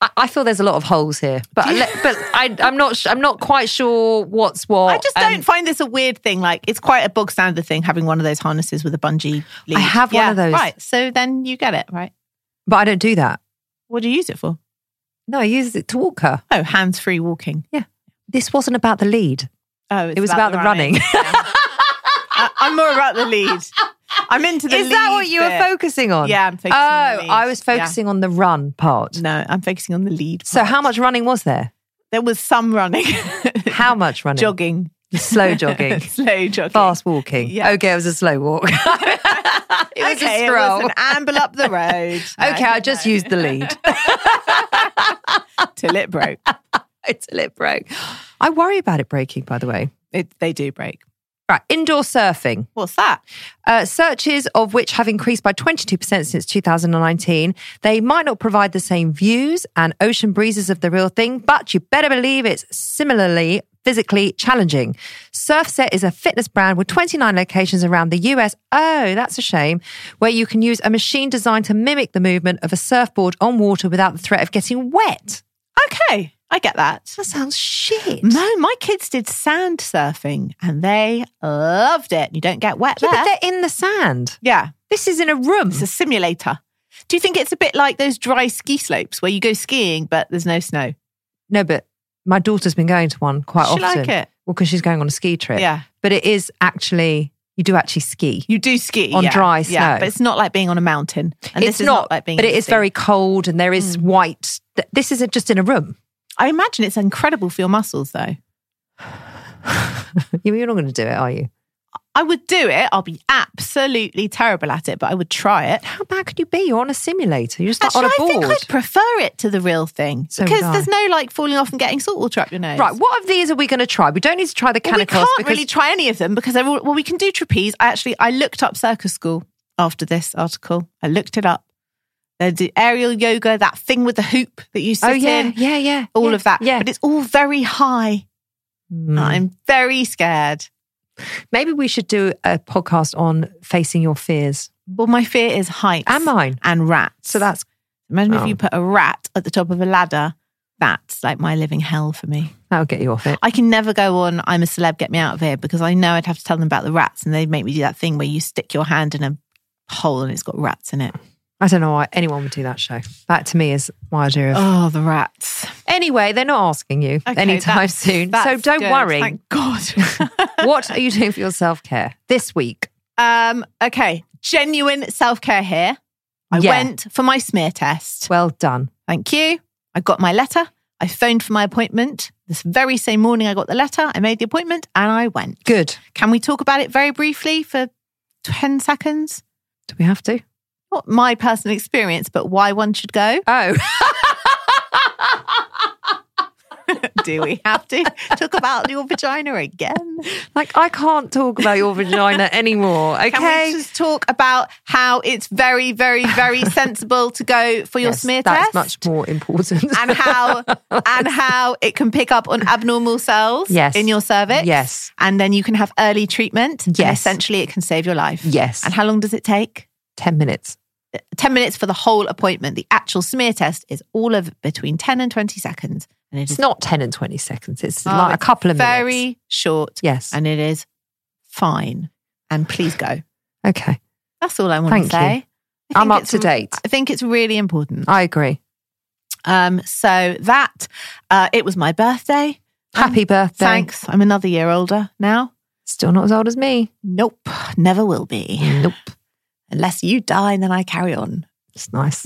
Speaker 1: I, I feel there's a lot of holes here, but I let- but I, I'm not sh- I'm not quite sure what's what.
Speaker 2: I just
Speaker 1: Oh, and
Speaker 2: don't find this a weird thing. Like, it's quite a bog standard thing having one of those harnesses with a bungee lead.
Speaker 1: I have one of those.
Speaker 2: Right. So then you get it, right?
Speaker 1: but I don't do that.
Speaker 2: What do you use it for?
Speaker 1: No, I used it to walk her.
Speaker 2: Oh, hands free walking.
Speaker 1: This wasn't about the lead.
Speaker 2: Oh,
Speaker 1: It was about the running.
Speaker 2: I, am more about the lead. I'm into the
Speaker 1: Is that
Speaker 2: lead
Speaker 1: what you were
Speaker 2: bit.
Speaker 1: focusing on?
Speaker 2: Yeah, I'm focusing
Speaker 1: Oh,
Speaker 2: on the lead.
Speaker 1: I was focusing on the run part.
Speaker 2: No, I'm focusing on the lead.
Speaker 1: So,
Speaker 2: part.
Speaker 1: how much running was there?
Speaker 2: there was some running,
Speaker 1: How much running?
Speaker 2: jogging,
Speaker 1: Slow jogging,
Speaker 2: slow jogging,
Speaker 1: fast walking.
Speaker 2: Yeah.
Speaker 1: Okay, it was a slow walk. it was
Speaker 2: okay,
Speaker 1: a
Speaker 2: it
Speaker 1: stroll.
Speaker 2: was an amble up the road.
Speaker 1: okay, I just used the lead
Speaker 2: till it broke.
Speaker 1: until it broke. I worry about it breaking, by the way.
Speaker 2: It, they do break.
Speaker 1: Right, indoor surfing.
Speaker 2: What's that?
Speaker 1: Uh, searches of which have increased by 22% since 2019. They might not provide the same views and ocean breezes of the real thing, but you better believe it's similarly physically challenging. Surfset is a fitness brand with 29 locations around the US. Oh, that's a shame. Where you can use a machine designed to mimic the movement of a surfboard on water without the threat of getting wet.
Speaker 2: Okay, I get that.
Speaker 1: That sounds shit.
Speaker 2: No, my kids did sand surfing and they loved it. You don't get wet
Speaker 1: Yeah,
Speaker 2: there.
Speaker 1: but they're in the sand.
Speaker 2: yeah.
Speaker 1: This is in a room.
Speaker 2: It's a simulator. Do you think it's a bit like those dry ski slopes where you go skiing but there's no snow?
Speaker 1: No, but my daughter's been going to one quite
Speaker 2: She
Speaker 1: often.
Speaker 2: like it?
Speaker 1: Well, because she's going on a ski trip.
Speaker 2: Yeah.
Speaker 1: But it is actually, you do actually ski.
Speaker 2: You do ski
Speaker 1: On
Speaker 2: yeah,
Speaker 1: dry
Speaker 2: yeah,
Speaker 1: snow.
Speaker 2: but it's not like being on a mountain. And
Speaker 1: it's
Speaker 2: this is not, like being.
Speaker 1: but
Speaker 2: in
Speaker 1: it
Speaker 2: the
Speaker 1: is
Speaker 2: sea. Hmm.
Speaker 1: very cold and there is white. th- This is just in a room.
Speaker 2: I imagine it's incredible for your muscles, though.
Speaker 1: You're not going to do it, are you?
Speaker 2: I would do it. I'll be absolutely terrible at it, but I would try it.
Speaker 1: How bad could you be? You're on a simulator. You're just
Speaker 2: Actually,
Speaker 1: not
Speaker 2: I
Speaker 1: on a
Speaker 2: think
Speaker 1: board.
Speaker 2: I'd prefer it to the real thing
Speaker 1: So
Speaker 2: because
Speaker 1: would I.
Speaker 2: there's no like falling off and getting salt water up your nose.
Speaker 1: Right, what of these are we going to try? We don't need to try the
Speaker 2: Well, we
Speaker 1: canicross
Speaker 2: can't
Speaker 1: because
Speaker 2: really try any of them because they're all. Well, we can do trapeze. I actually I looked up circus school after this article. I looked it up. They do aerial yoga, that thing with the hoop that you sit
Speaker 1: Oh yeah,
Speaker 2: in,
Speaker 1: yeah, yeah.
Speaker 2: all
Speaker 1: yeah,
Speaker 2: of that.
Speaker 1: Yeah.
Speaker 2: but it's all very high.
Speaker 1: Mm.
Speaker 2: I'm very scared.
Speaker 1: Maybe we should do a podcast on facing your fears
Speaker 2: Well, my fear is heights
Speaker 1: and mine.
Speaker 2: and rats.
Speaker 1: So that's
Speaker 2: imagine
Speaker 1: oh.
Speaker 2: if you put a rat at the top of a ladder. That's like my living hell for me.
Speaker 1: that'll get you off it.
Speaker 2: I can never go on I'm a celeb, get me out of here because I know I'd have to tell them about the rats and they'd make me do that thing where you stick your hand in a hole and it's got rats in it.
Speaker 1: I don't know why anyone would do that show. That to me is my idea of.
Speaker 2: Oh, the rats.
Speaker 1: Anyway, they're not asking you
Speaker 2: Okay,
Speaker 1: anytime
Speaker 2: that's-
Speaker 1: soon, so
Speaker 2: that's
Speaker 1: don't
Speaker 2: good.
Speaker 1: worry.
Speaker 2: Thank God.
Speaker 1: what are you doing for your self care this week?
Speaker 2: um, okay, genuine self care here. I
Speaker 1: Yeah.
Speaker 2: went for my smear test.
Speaker 1: Well done.
Speaker 2: Thank you. I got my letter. I phoned for my appointment. This very same morning, I got the letter. I made the appointment and I went.
Speaker 1: Good.
Speaker 2: Can we talk about it very briefly for 10 seconds?
Speaker 1: Do we have to?
Speaker 2: Not my personal experience, but why one should go.
Speaker 1: Oh,
Speaker 2: Do we have to talk about your vagina again?
Speaker 1: like I can't talk about your vagina anymore. Okay.
Speaker 2: Can we just talk about how it's very, very, very sensible to go for your
Speaker 1: Yes,
Speaker 2: smear
Speaker 1: that's
Speaker 2: test?
Speaker 1: much more important.
Speaker 2: and how and how it can pick up on abnormal cells
Speaker 1: Yes.
Speaker 2: in your cervix.
Speaker 1: Yes.
Speaker 2: And then you can have early treatment. and
Speaker 1: Yes.
Speaker 2: essentially it can save your life.
Speaker 1: Yes.
Speaker 2: And how long does it take?
Speaker 1: Ten minutes.
Speaker 2: 10 minutes for the whole appointment. The actual smear test is all of between 10 and 20 seconds. And it
Speaker 1: It's
Speaker 2: is
Speaker 1: not ten and twenty seconds. It's
Speaker 2: Oh,
Speaker 1: like a
Speaker 2: it's
Speaker 1: couple of
Speaker 2: very
Speaker 1: minutes.
Speaker 2: short.
Speaker 1: Yes.
Speaker 2: And it is fine. And please go.
Speaker 1: Okay.
Speaker 2: That's all I want
Speaker 1: Thank
Speaker 2: to
Speaker 1: you.
Speaker 2: say. I
Speaker 1: I'm
Speaker 2: think
Speaker 1: up
Speaker 2: it's-
Speaker 1: to date.
Speaker 2: I think it's really important.
Speaker 1: I agree.
Speaker 2: Um, so that uh, it was my birthday.
Speaker 1: Happy birthday.
Speaker 2: Thanks. I'm another year older now.
Speaker 1: Still not as old as me.
Speaker 2: Nope, never will be.
Speaker 1: Nope.
Speaker 2: Unless you die and then I carry on.
Speaker 1: It's nice.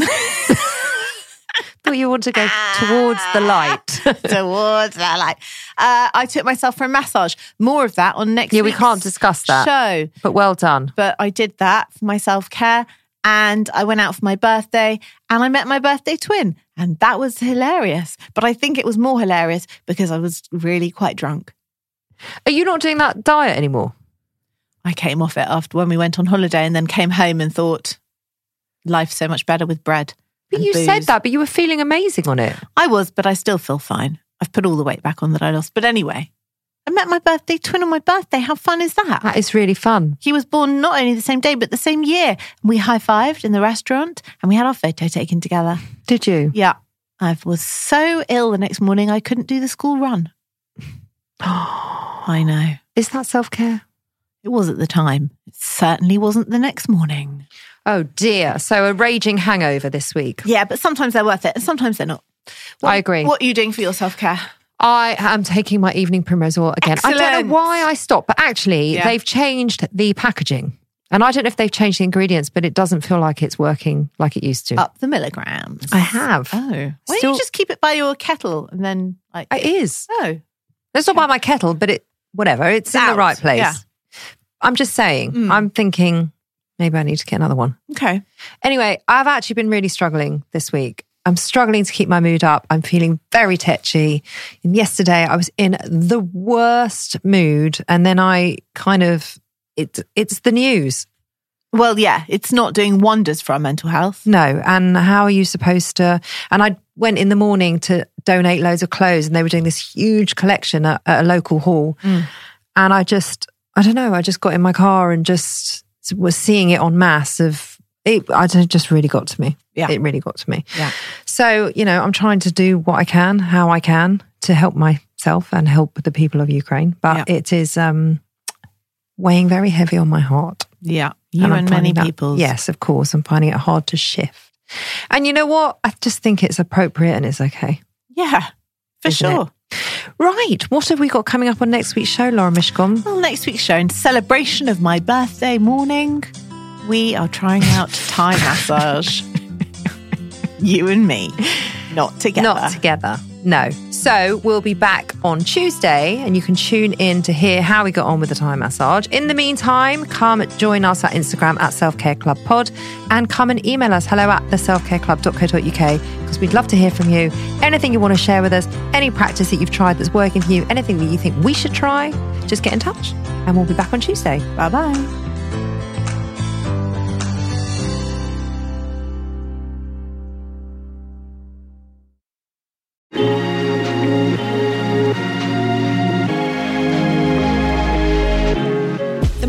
Speaker 1: Thought you wanted to go towards the light.
Speaker 2: Towards that light. Uh, I took myself for a massage. More of that on next
Speaker 1: yeah, we
Speaker 2: week's
Speaker 1: can't discuss that.
Speaker 2: show.
Speaker 1: But well done.
Speaker 2: But I did that for my self care. And I went out for my birthday and I met my birthday twin. And that was hilarious. But I think it was more hilarious because I was really quite drunk.
Speaker 1: Are you not doing that diet anymore?
Speaker 2: I came off it after when we went on holiday and then came home and thought life's so much better with bread.
Speaker 1: But
Speaker 2: and
Speaker 1: you said
Speaker 2: booze."
Speaker 1: that, but you were feeling amazing on it.
Speaker 2: I was, but I still feel fine. I've put all the weight back on that I lost. But anyway, I met my birthday twin on my birthday. How fun is that?
Speaker 1: That is really fun.
Speaker 2: He was born not only the same day, but the same year. We high fived in the restaurant and we had our photo taken together.
Speaker 1: Did you?
Speaker 2: Yeah. I was so ill the next morning, I couldn't do the school run. I know.
Speaker 1: Is that self care?
Speaker 2: It was at the time. It certainly wasn't the next morning.
Speaker 1: Oh dear. So a raging hangover this week.
Speaker 2: Yeah, but sometimes they're worth it and sometimes they're not.
Speaker 1: I agree.
Speaker 2: What are you doing for your self care?
Speaker 1: I am taking my evening primrose oil again. I don't
Speaker 2: Excellent.
Speaker 1: know why I stopped, but actually,
Speaker 2: Yeah.
Speaker 1: they've changed the packaging. And I don't know if they've changed the ingredients, but it doesn't feel like it's working like it used to.
Speaker 2: Up the milligrams.
Speaker 1: I have.
Speaker 2: Oh. Why don't
Speaker 1: Still-
Speaker 2: you just keep it by your kettle and then like
Speaker 1: It is.
Speaker 2: oh
Speaker 1: It's not by my kettle, but it whatever. It's, in
Speaker 2: out.
Speaker 1: the right place.
Speaker 2: Yeah. Mm.
Speaker 1: I'm just saying. I'm thinking maybe I need to get another one.
Speaker 2: okay.
Speaker 1: Anyway, I've actually been really struggling this week. I'm struggling to keep my mood up. I'm feeling very tetchy. And yesterday I was in the worst mood and then I kind of it it's the news.
Speaker 2: Well, yeah, it's not doing wonders for our mental health.
Speaker 1: No, and how are you supposed to and I went in the morning to donate loads of clothes and they were doing this huge collection at, at a local hall.
Speaker 2: Mm.
Speaker 1: And I just I don't know, I just got in my car and just was seeing it en masse of it I don't- it just really got to me.
Speaker 2: Yeah.
Speaker 1: It really got to me.
Speaker 2: Yeah.
Speaker 1: So, you know, I'm trying to do what I can, how I can to help myself and help the people of Ukraine. But it is um, weighing very heavy on my heart.
Speaker 2: Yeah. You
Speaker 1: I'm
Speaker 2: and, many
Speaker 1: finding that-
Speaker 2: people.
Speaker 1: Yes, of course. I'm finding it hard to shift. And you know what? I just think it's appropriate and it's okay.
Speaker 2: Yeah. For
Speaker 1: Isn't it?
Speaker 2: sure.
Speaker 1: Right. What have we got coming up on next week's show, Laura Mishcom?
Speaker 2: Well, next week's show, in celebration of my birthday morning, we are trying out Thai massage. you and me. Not together.
Speaker 1: Not together. No. So we'll be back on Tuesday and you can tune in to hear how we got on with the Thai massage. In the meantime, come join us at Instagram at Self Care Club Pod and come and email us hello at the selfcareclub.co.uk because we'd love to hear from you. Anything you want to share with us, any practice that you've tried that's working for you, anything that you think we should try, just get in touch and we'll be back on Tuesday.
Speaker 2: Bye bye.
Speaker 5: The